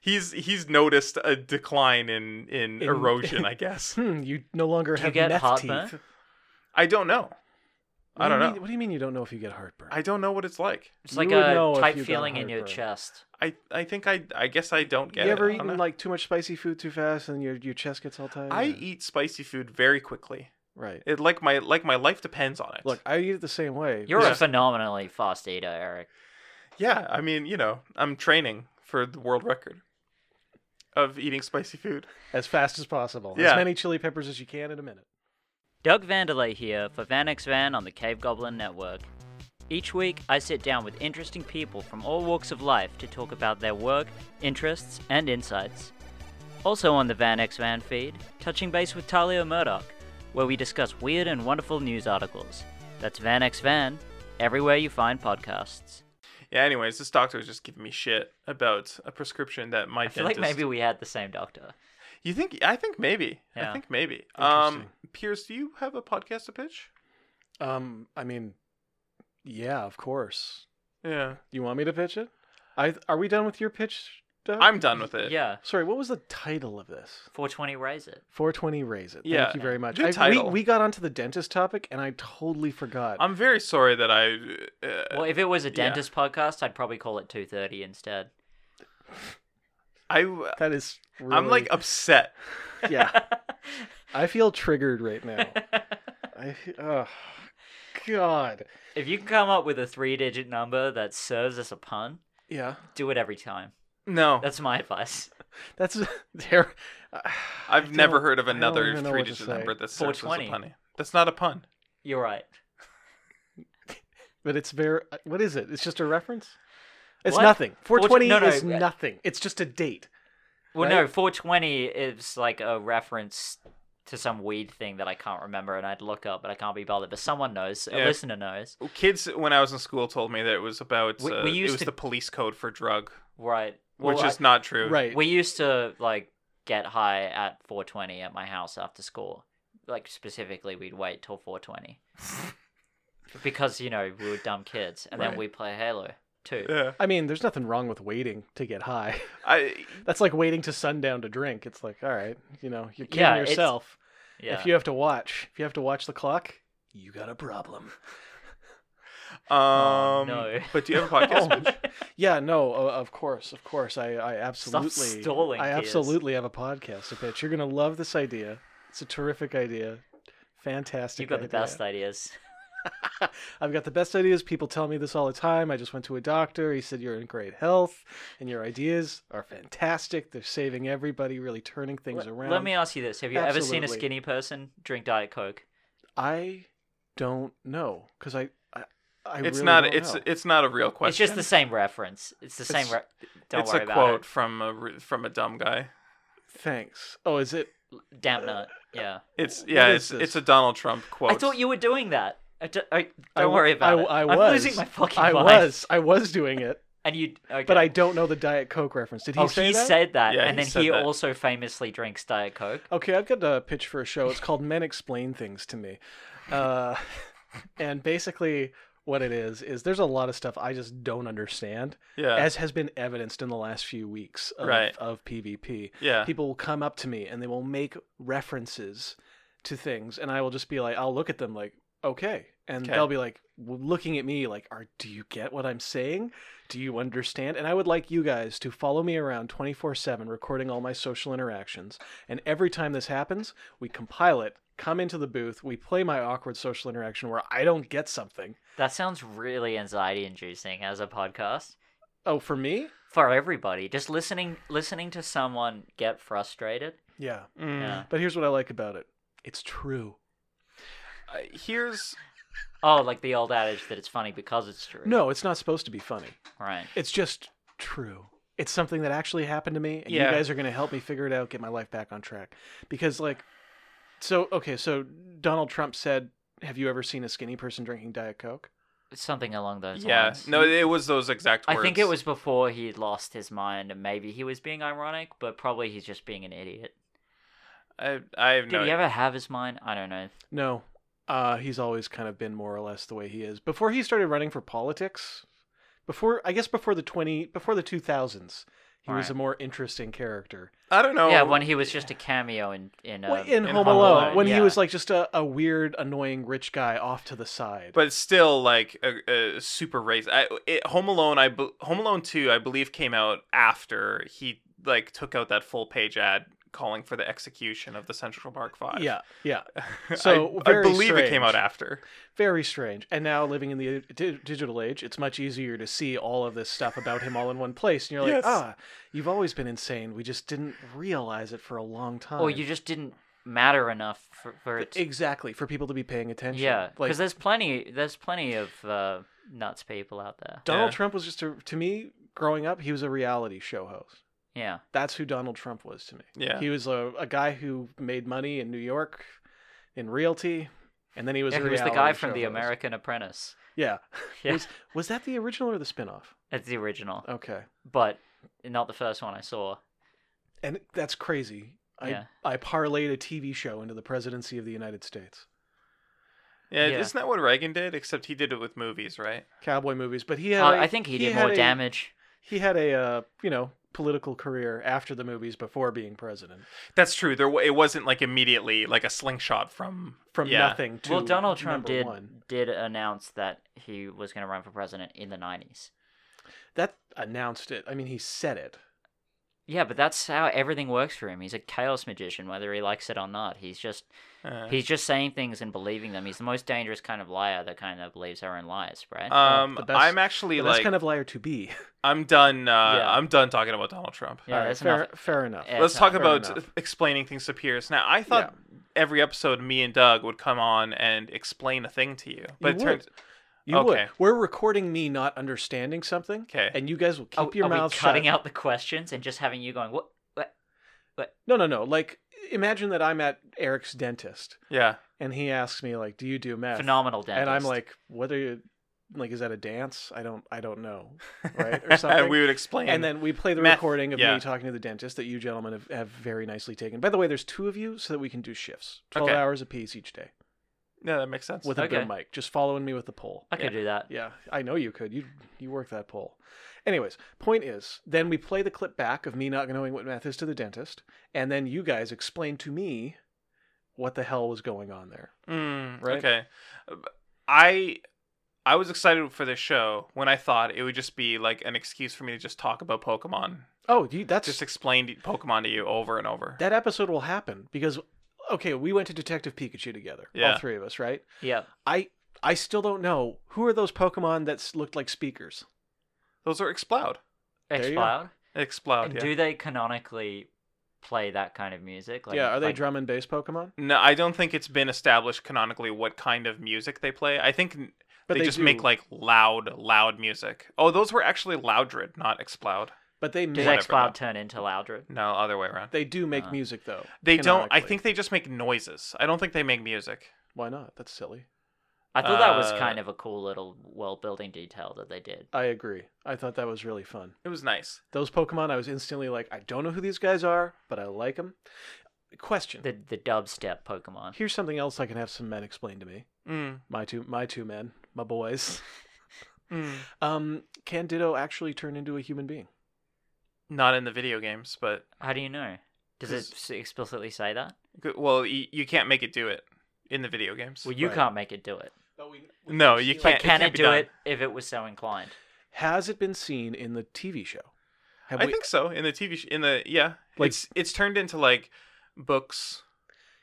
He's he's noticed a decline in
In-
in, erosion. I guess
Hmm, you no longer
Do you
have
get
meth
heartburn?
teeth.
I don't know.
What
I
do you
don't
mean-
know.
what do you mean you don't know if you get heartburn?
I don't know what it's like.
It's
You
like
would
a
know if
tight
you got
feeling in your
heartburn.
chest.
I I think I I guess I don't get
you
it.
ever
I, don't
eaten
know.
like uh, too much spicy food too fast and your your chest gets all tight?
I
Yeah.
eat spicy food very quickly.
right.
It like my like my life depends on it.
Look, I eat it the same way.
You're
It's
a
just-
phenomenally fast eater, Eric.
Yeah, I mean, you know, I'm training for the world record of eating spicy food.
as fast as possible. As
Yeah.
many chili peppers as you can in a minute.
Doug Vanderlei here for Vanex Van on the Cave Goblin Network. Each week, I sit down with interesting people from all walks of life to talk about their work, interests, and insights. Also on the Vanex Van feed, touching base with Talia Murdoch, where we discuss weird and wonderful news articles. That's Vanex Van, everywhere you find podcasts.
Yeah, anyways, this doctor was just giving me shit about a prescription that my
I feel like
dentist.
maybe we had the same doctor.
You think? I think maybe. I
Yeah.
think maybe. Um,
Interesting.
Piers, do you have a podcast to pitch?
Um, I mean, yeah, of course.
Yeah,
You want me to pitch it? I are we done with your pitch? Doug?
I'm done with it.
Yeah,
sorry. What was the title of this?
420 raise it.
420 raise it.
Yeah.
Thank you very much.
Good
I-
title.
We, we got onto the dentist topic and I totally forgot.
I'm very sorry that I. Uh,
Well, if it was a
yeah.
dentist podcast, I'd probably call it 230 instead.
I.
that is really,
I'm like upset.
yeah. I feel triggered right now. I oh, God.
if you can come up with a three-digit number that serves as a pun,
Yeah.
do it every time.
No,
That's my advice.
That's there.
I've never heard of
I don't
another
even know what to
three-digit
say.
number that serves as a
420.
punny. That's not a pun.
You're right.
But it's very. What is it? It's just a reference. It's
What?
nothing. 420
no, no,
is
uh,
nothing. It's just a date.
Well,
Right?
no, 420 is like a reference to some weed thing that I can't remember and I'd look up, but I can't be bothered. But someone knows, a
Yeah.
listener knows.
Kids, when I was in school, told me that it was about.
We-
uh,
we
it
used
was
to-
the police code for drug,
Right. Well,
which
I-
is not true.
Right.
we used to like get high at 420 at my house after school. Like specifically, we'd wait till 420 because you know we were dumb kids, and
Right.
then we play Halo too.
Yeah.
I mean, there's nothing wrong with waiting to get high.
I.
That's like waiting to sundown to drink. It's like, all right, you know, you're kidding
Yeah, it's-
yourself.
Yeah.
If you have to watch, if you have to watch the clock, you got a problem.
Um,
Oh, no.
But do you have a podcast?
Oh.
Mitch?
Yeah, no, o- of course, of course. I, I absolutely,
stalling,
I
Piers.
absolutely have a podcast to pitch. You're gonna love this idea. It's a terrific idea. Fantastic.
You've got the
idea.
best ideas.
I've got the best ideas. People tell me this all the time. I just went to a doctor. He said you're in great health, and your ideas are fantastic. They're saving everybody, really turning things
Let-
around.
Let me ask you this: Have you ever seen
Absolutely.
a skinny person drink Diet Coke?
I don't know because I, I, I
It's
really
not.
don't
It's
know.
it's not a real question.
It's just the same reference. It's the same.
It's-
Re- don't
it's
worry
a
about
quote from a re- from a dumb guy.
thanks. Oh, is it?
it. Damn nut.
Uh,
Yeah.
It's
What
yeah.
is
It's
this?
it's a Donald Trump quote.
I thought you were doing that. I d- I- don't
I w-
worry about
I-
it.
I
am
was.
losing my fucking
I
mind.
was. I was doing it,
And you. Okay.
but I don't know the Diet Coke reference. Did he
oh,
say
he
that?
said that,
Yeah,
and
he
then
said
he
that.
also famously drinks Diet Coke.
Okay, I've got a pitch for a show. It's called Men Explain Things to Me. Uh, and basically, what it is, is there's a lot of stuff I just don't understand,
Yeah.
as has been evidenced in the last few weeks of,
Uh, Right.
of PvP.
yeah.
People will come up to me and they will make references to things, and I will just be like, I'll look at them like, okay. And
Okay.
they'll be like, w- looking at me like, Are, do you get what I'm saying? Do you understand? And I would like you guys to follow me around 24 7, recording all my social interactions. And every time this happens, we compile it, come into the booth, we play my awkward social interaction where I don't get something.
That sounds really anxiety-inducing as a podcast
Oh, for me?
for everybody. Just listening, listening to someone get frustrated.
Yeah.
Mm.
Yeah.
But here's what I like about it it's true.
Uh, here's
Oh, like the old adage that it's funny because it's true.
No, it's not supposed to be funny.
Right.
It's just true. It's something that actually happened to me, and
Yeah.
you guys are going to help me figure it out, get my life back on track. Because, like, so, okay, so Donald Trump said, Have you ever seen a skinny person drinking Diet Coke?
It's something along those
yeah.
lines.
No, it was those exact
I
words.
think it was before he lost his mind, and maybe he was being ironic, but probably he's just being an idiot.
I I have
Did
no.
he ever have his mind? I don't know.
No. Uh, he's always kind of been more or less the way he is. Before he started running for politics, before, I guess, before the 20, before the 2000s, he was
Right.
a more interesting character.
I don't know.
yeah, when he was just a cameo in in, um,
Oh, Well, in, Home,
Home
Alone,
Alone,
when
yeah.
he was like just a, a weird, annoying rich guy off to the side.
But it's still like a, a super race. I it, Home Alone. I be- Home Alone two. I believe came out after he like took out that full page ad calling for the execution of the Central Park Five.
yeah, yeah.
I-
So,
I,
very
believe it came
strange.
out after.
very strange. And now living in the uh, di- digital age, it's much easier to see all of this stuff about him all in one place. And you're
Yes.
like, ah, you've always been insane. We just didn't realize it for a long time.
or you just didn't matter enough for, for it. To,
exactly for people to be paying attention.
yeah, because
like
there's plenty there's plenty of uh, nuts people out there.
Donald
Yeah.
Trump was just a, to me growing up, he was a reality show host.
Yeah,
That's who Donald Trump was to me.
Yeah.
He was a, a guy who made money in New York in realty, and then he was
Yeah,
a
he was the
reality
guy from
show
The
host.
American Apprentice.
Yeah,
Yeah.
Was, was that the original or the spinoff?
That's the original,
Okay.
but not the first one I saw.
and that's crazy I,
Yeah.
I parlayed a TV show into the presidency of the United States.
Yeah,
Yeah.
isn't that what Reagan did? Except he did it with movies, right?
Cowboy movies, but he had.
Uh,
a-
I think he did
had
more
a-
damage.
He had a uh, you know political career after the movies before being president,
That's true. There, wa- it wasn't like immediately like a slingshot from
from
yeah.
nothing to
Well, Donald Trump
number
did
one.
did announce that he was going to run for president in the nineties.
That announced it. I mean, he said it.
Yeah, but that's how everything works for him. He's a chaos magician, whether he likes it or not. He's just
Uh,
he's just saying things and believing them. He's the most dangerous kind of liar that kind of believes their own lies, right?
um,
the best-
I'm actually
Well, that's
like
kind of liar to be.
I'm done. Uh,
Yeah.
I'm done talking about Donald Trump.
yeah,
All right,
that's
fair,
enough.
fair enough.
Yeah.
Let's
it's
talk
not-
about
Fair enough.
explaining things to peers. Now, I thought every episode me and Doug would come on and explain a thing to you,
You
but it
would.
turns
You
Okay.
would. We're recording me not understanding something,
'Kay.
and you guys will keep
Are-
your
are
mouths
we cutting
shut.
out the questions and just having you going what?
No, no, no. Like, imagine that I'm at Eric's dentist,
yeah,
and he asks me, like, "Do you do meth?"
Phenomenal dentist.
And I'm like, "What are you? Like, is that a dance? I don't, I don't know, right?" Or something.
and we would explain.
and then we play the
Meth,
recording of
yeah.
me talking to the dentist that you gentlemen have, have very nicely taken. By the way, there's two of you, so that we can do shifts, twelve
Okay.
hours apiece each day,
no, that makes sense. Uh,
with a
Okay.
boom mic, just following me with the pole.
I could do that.
Yeah, I know you could. You you work that poll. Anyways, point is, then we play the clip back of me not knowing what math is to the dentist, and then you guys explain to me what the hell was going on there.
Mm,
right?
Okay. I I was excited for this show when I thought it would just be like an excuse for me to just talk about Pokemon,
Oh, you, that's
just explain to- Pokemon to you over and over.
that episode will happen because okay, we went to Detective Pikachu together,
Yeah.
all three of us, right?
Yeah.
I I still don't know who are those Pokemon that s- looked like speakers.
Those are Explode.
There you go. Oh,
Explode.
Explode.
And
Yeah.
do they canonically play that kind of music? Like,
yeah, are they
like-
drum and bass Pokemon?
No, I don't think it's been established canonically what kind of music they play. I think n-
But
they,
they
just
do.
make like loud, loud music. Oh, those were actually Loudred, not Explode.
But they
Does
make,
Whatever,
Explode
though.
turn into Loudred?
No, other way around.
they do make
Uh,
music though.
They don't. I
canonically.
think they just make noises. I don't think they make music.
why not? That's silly.
I thought that was
Uh,
kind of a cool little world building detail that they did.
I agree. I thought that was really fun.
It was nice.
Those Pokemon, I was instantly like, I don't know who these guys are, but I like them. Question:
The the dubstep Pokemon.
Here's something else I can have some men explain to me.
Mm,
My two, my two men, my boys.
mm.
Um, can Ditto actually turn into a human being?
Not in the video games, but
How do you know? Does it
'Cause-
s- explicitly say that?
G- Well, you, you can't make it do it in the video games.
Well, you
Right.
can't make it do it.
No, you
But
can't- it
can it,
be
do
done.
it if it was so inclined?
Has it been seen in the TV show? Have
I
we-
think so. In the TV, sh- in the yeah,
Like-
it's it's turned into like books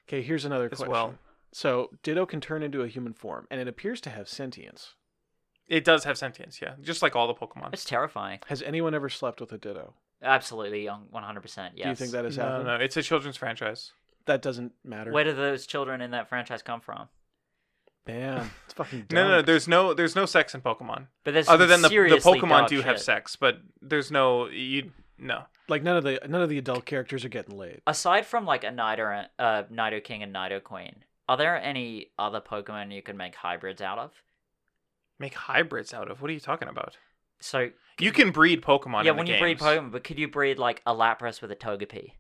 Okay, here's another
as
question.
well.
So Ditto can turn into a human form, and it appears to have sentience.
It does have sentience, yeah, just like all the Pokemon.
It's terrifying.
Has anyone ever slept with a Ditto?
Absolutely, um, one hundred percent. Yes.
Do you think that has
no,
happened?
no, it's a children's franchise.
That doesn't matter.
Where do those children in that franchise come from?
Man, it's fucking.
No, no, no,
dumb.
there's no there's no sex in Pokemon.
But there's
Other than the the
seriously
Pokemon
dog
do have
shit.
sex, but there's no you no.
like none of the none of the adult characters are getting laid.
Aside from like a Nido, uh, Nido King and Nido Queen, are there any other Pokemon you can make hybrids out of?
Make hybrids out of. What are you talking about?
So
You can breed Pokemon.
yeah,
in the
when you breed
games.
Pokemon, but could you breed like a Lapras with a Togepi?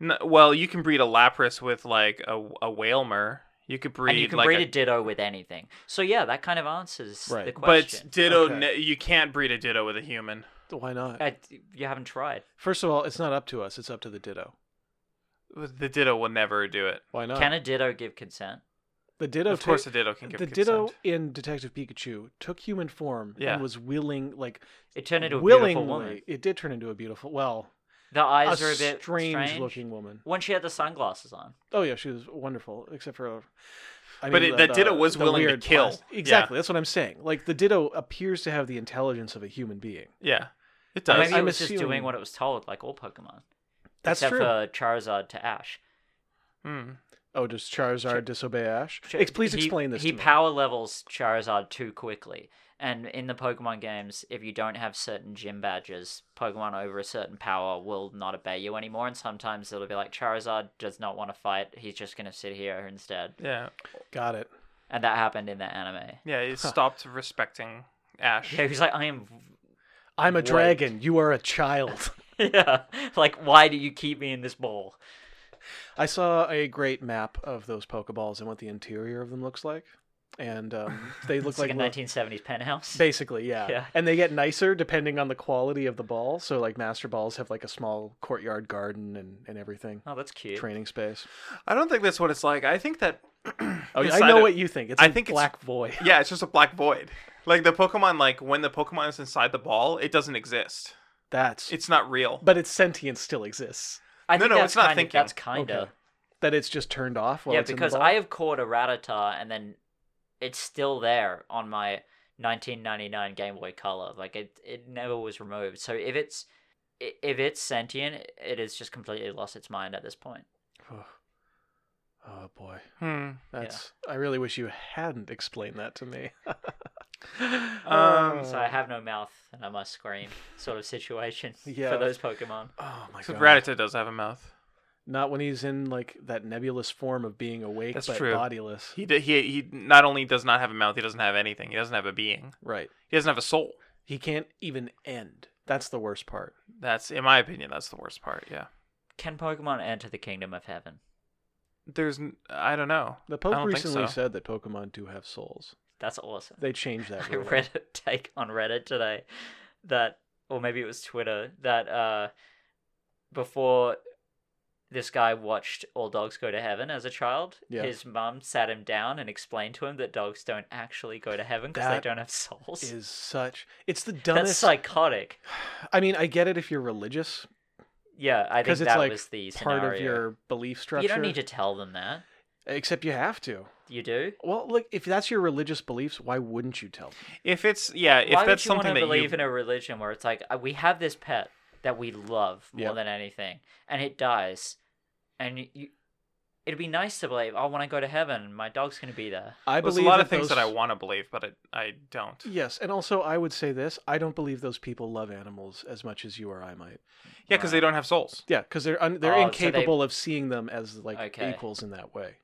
No, well, you can breed a Lapras with like a a Whalmer. You could breed
and you can
like
breed
a
a ditto with anything. So yeah, that kind of answers the
Right.
question.
But Ditto,
Okay.
ne- you can't breed a Ditto with a human.
Why not?
I, you haven't tried.
First of all, it's not up to us. It's up to the Ditto.
The Ditto will never do it.
Why not?
Can a ditto give consent?
the Ditto?
of course,
took-
a Ditto can give
the
consent.
Ditto in Detective Pikachu took human form
Yeah.
and was willing, like
It turned into a beautiful woman.
willingly. It did turn into a beautiful, well,
The eyes
a
are a bit
strange, looking woman.
When she had the sunglasses on,
Oh yeah, she was wonderful, except for. I
But it- that Ditto was willing to
weird
kill.
plas-
Yeah.
Exactly, that's what I'm saying. Like the Ditto appears to have the intelligence of a human being.
Yeah, it
Or
does.
maybe
I'm
it was just doing
assuming-
what it was told, like all Pokemon,
That's
except
true.
for uh, Charizard to Ash.
Mm.
Oh, does Charizard
Char-
disobey Ash?
Ch-
Ex- please
he-
explain this.
He
to me.
power levels Charizard too quickly, and in the Pokemon games, if you don't have certain gym badges, Pokemon over a certain power will not obey you anymore. And sometimes it'll be like Charizard does not want to fight; he's just going to sit here instead.
Yeah,
Got it.
And that happened in the anime.
yeah. It stopped respecting Ash.
Yeah, he's like, I am.
I'm a
What?
dragon. You are a child.
yeah, like why do you keep me in this ball?
I saw a great map of those Pokeballs and what the interior of them looks like, and um, they look
It's like,
like,
a
little-
1970s penthouse.
basically yeah.
Yeah.
and they get nicer depending on the quality of the ball. So like Master Balls have like a small courtyard garden and and everything,
oh, that's cute.
training space.
I don't think that's what it's like. I think that.
Oh,
Yes,
I know
don't-
what you think. It's
I
I
think
think
it's-
black void.
Yeah, it's just a black void. Like the Pokemon, like when the Pokemon is inside the ball, it doesn't exist.
That's
It's not real.
but its sentience still exists.
I
No,
think
no,
that's
it's not
kinda,
thinking.
That's kind of.
Okay. That it's just turned off. While
yeah,
it's in the
because
ball?
I have caught a Rattata and then it's still there on my 1999 Game Boy Color. Like it, it never was removed. So if it's i- if it's sentient, it has just completely lost its mind at this point.
Oh, Oh, boy,
Hmm.
that's. I really wish you hadn't explained that to me.
Um,
So I have no mouth and I must scream, sort of situation
Yeah.
for those Pokemon.
Oh my
So
god!
Rattata does have a mouth.
Not when he's in like that nebulous form of being awake
That's
but
true.
bodiless.
He d- he he. Not only does not have a mouth, he doesn't have anything. He doesn't have a being.
Right.
He doesn't have a soul.
He can't even end. That's the worst part.
That's, in my opinion, that's the worst part. Yeah.
Can Pokemon enter the kingdom of heaven?
There's, n- I don't know.
The
I
Pope
don't think
recently
so.
said that Pokemon do have souls.
That's awesome.
They changed that.
I
rule.
read a take on Reddit today that, or maybe it was Twitter, that uh, before this guy watched All Dogs Go to Heaven as a child,
Yeah.
his mum sat him down and explained to him that dogs don't actually go to heaven because they
That
don't have souls.
Is such. It's the
That's
dumbest.
psychotic.
I mean, I get it if you're religious
Yeah, I think
because
that
it's like
was the
part
scenario.
of your belief structure.
You don't need to tell them that.
Except you have to.
You do.
Well, look, if that's your religious beliefs, why wouldn't you tell them?
If it's, yeah, if
Why
that's
would you
something
want to
that
believe
you,
in a religion where it's like uh, we have this pet that we love more
Yeah.
than anything, and it dies, and y- you, it'd be nice to believe. Oh, when I go to heaven, my dog's gonna be there.
I
there's a
believe
lot of
that
things
those-
that I want to believe, but I, I don't.
Yes, and also I would say this: I don't believe those people love animals as much as you or I might.
Yeah, because they don't have souls.
Yeah, because they're un- they're
Oh, so they-
incapable of seeing them as like
Okay.
equals in that way.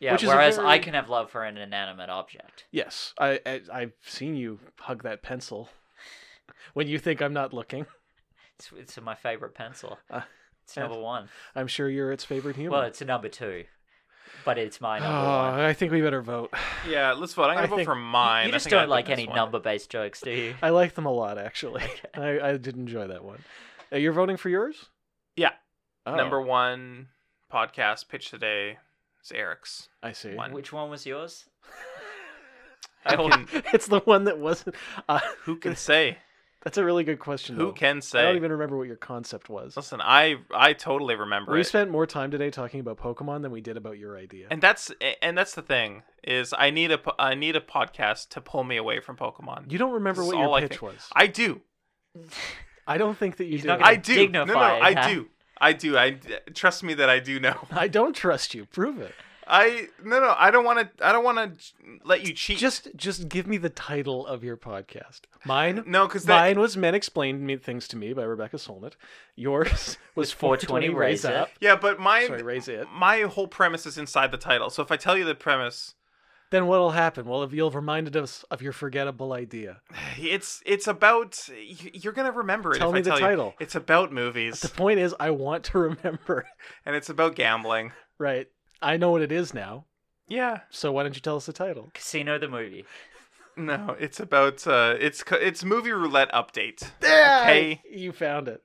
Yeah.
Which is a
whereas I
very-
can have love for an inanimate object.
Yes, I, I I've seen you hug that pencil when you think I'm not looking.
It's, it's my favorite pencil.
Ah,
it's number one.
I'm sure you're its favorite human.
Well, it's number two, but it's my number one.
Oh, I think we better vote.
Yeah, let's vote. I'm gonna
I
vote
think-
for
you-
mine.
You
I
just
think I
don't like
win this
any
one.
number-based jokes, do you?
I like them a lot, actually. I, I did enjoy that one. Uh, you're voting for yours?
Yeah,
Oh,
number one podcast pitch today is Eric's.
I see.
one.
Which one was yours?
I can,
It's the one that wasn't. Uh,
who can say?
that's a really good question.
Who
though.
can
I don't
say?
even remember what your concept was.
Listen, I I totally remember
We
it.
spent more time today talking about Pokemon than we did about your idea.
and that's and that's the thing is I need a po- I need a podcast to pull me away from Pokemon.
you don't remember
This is
what
all
your
I
pitch
think.
was.
I do.
I don't think that you
He's
do.
not gonna-
I do. No, no,
dignify
I
that.
do. I do. I trust me that I do know.
I don't trust you. Prove it.
I no no. I don't want to. I don't want to let you cheat.
Just just give me the title of your podcast. Mine
no, because that
Mine was Men Explained Me Things to Me by Rebecca Solnit. Yours was
Was 420 Raise Up.
yeah. But mine
Sorry, Raise It.
my whole premise is inside the title. So if I tell you the premise,
Then what'll happen? Well, if you'll have reminded us of your forgettable idea.
it's it's about you- you're gonna remember it.
Tell
if
me
I
the
tell you.
title.
It's about
The
movies
point is, I want to remember.
and it's about gambling.
Right. I know what it is now.
Yeah,
So why don't you tell us the title?
Casino the movie.
no, it's about uh, it's co- it's movie roulette update. Okay.
You found it.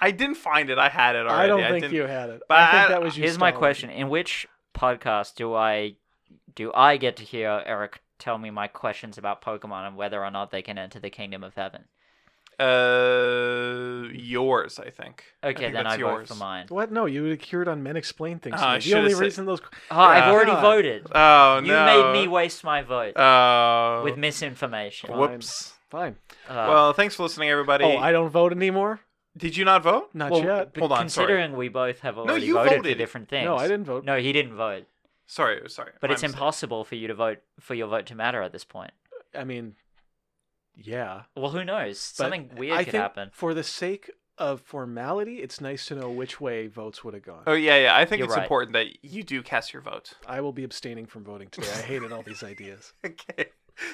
I didn't find it. I had it already.
I don't
didn't...
think you had it.
But
I think
I-
that was you.
Here's my
stalling.
question: In which podcast do I do I get to hear Eric tell me my questions about Pokemon and whether or not they can enter the Kingdom of Heaven?
Uh, yours, I think. I
Okay,
think
then
that's
I
yours.
vote for mine.
What? No, you would have cured on Men Explain Things. to
Ah, I
Me. the
should've
only
said-
reason those.
Oh, I've already
Yeah.
voted.
Oh
you
no!
made me waste my vote
Oh.
with misinformation.
Fine.
whoops.
Fine.
Uh,
Well, thanks for listening, everybody.
Oh, I don't vote anymore?
Did you not vote?
Not
Well,
yet.
but
Hold on. Sorry.
considering we both have already
you
voted, for
voted.
different things.
No, I didn't vote.
No, he didn't vote.
Sorry. Sorry.
But
My
it's
mistake.
impossible for you to vote for your vote to matter at this point.
I mean, yeah.
Well, who knows?
but
Something weird
I
could
think
happen.
For the sake of formality, it's nice to know which way votes would have gone.
Oh yeah, yeah. I think
You're
it's
right.
important that you do cast your vote.
I will be abstaining from voting today. I hated all these ideas.
Okay.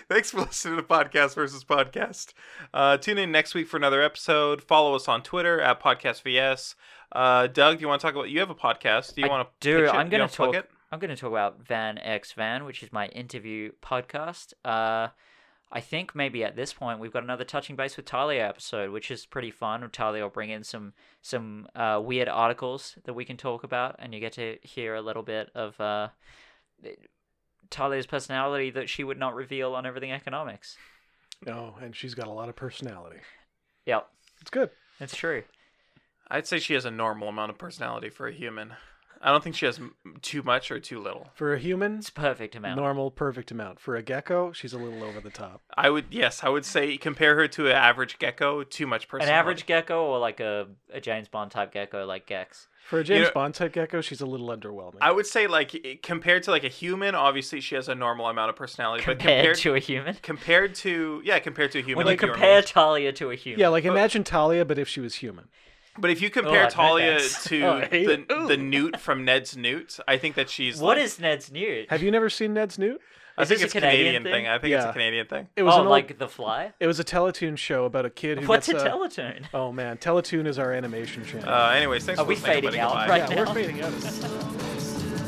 Thanks for listening to Podcast versus Podcast. Uh, tune in next week for another episode. Follow us on Twitter at Podcast VS. Uh, Doug, do you want to talk about? You have a podcast. Do you
I
want to?
do.
pitch it?
I'm
You
gonna
wanna plug
talk-
it?
I'm going to talk about Van X Van, which is my interview podcast. Uh, I think maybe at this point we've got another touching base with Talia episode, which is pretty fun. Talia will bring in some some uh, weird articles that we can talk about, and you get to hear a little bit of uh, Talia's personality that she would not reveal on Everything Economics.
No, and she's got a lot of personality.
Yep,
It's good.
that's true.
I'd say she has a normal amount of personality for a human. I don't think she has m- too much or too little.
For a human,
It's a perfect amount.
normal, perfect amount. For a gecko, she's a little over the top.
I would yes, I would say compare her to an average gecko. Too much
An
personality.
average gecko or like a, a James Bond type gecko like Gex.
For a James
know-
Bond type gecko, she's a little underwhelming.
I would say like i- compared to like a human, obviously she has a normal amount of personality, but compared
Compared to a human.
compared to yeah, compared to a human.
When you
like your
compare
most-
Talia to a human.
yeah, like imagine Talia, but if she was human.
But if you compare
no
Talia
thanks.
to
Oh, I hate
the,
it.
the newt from Ned's Newt, I think that she's.
What
like-
is Ned's nude?
Have you never seen Ned's Newt?
I
is
think
this a
it's Canadian,
Canadian
thing?
thing?
I think it's a
Yeah.
Canadian thing.
It was
oh,
an old-
like The Fly?
it was a Teletoon show about a kid who
What's a
gets
Teletoon?
Oh man, Teletoon is our animation channel.
Uh, anyways, thanks
Are
for
we
listening.
fading
everybody.
out
Goodbye.
right
yeah,
now?
we're fading out. of this.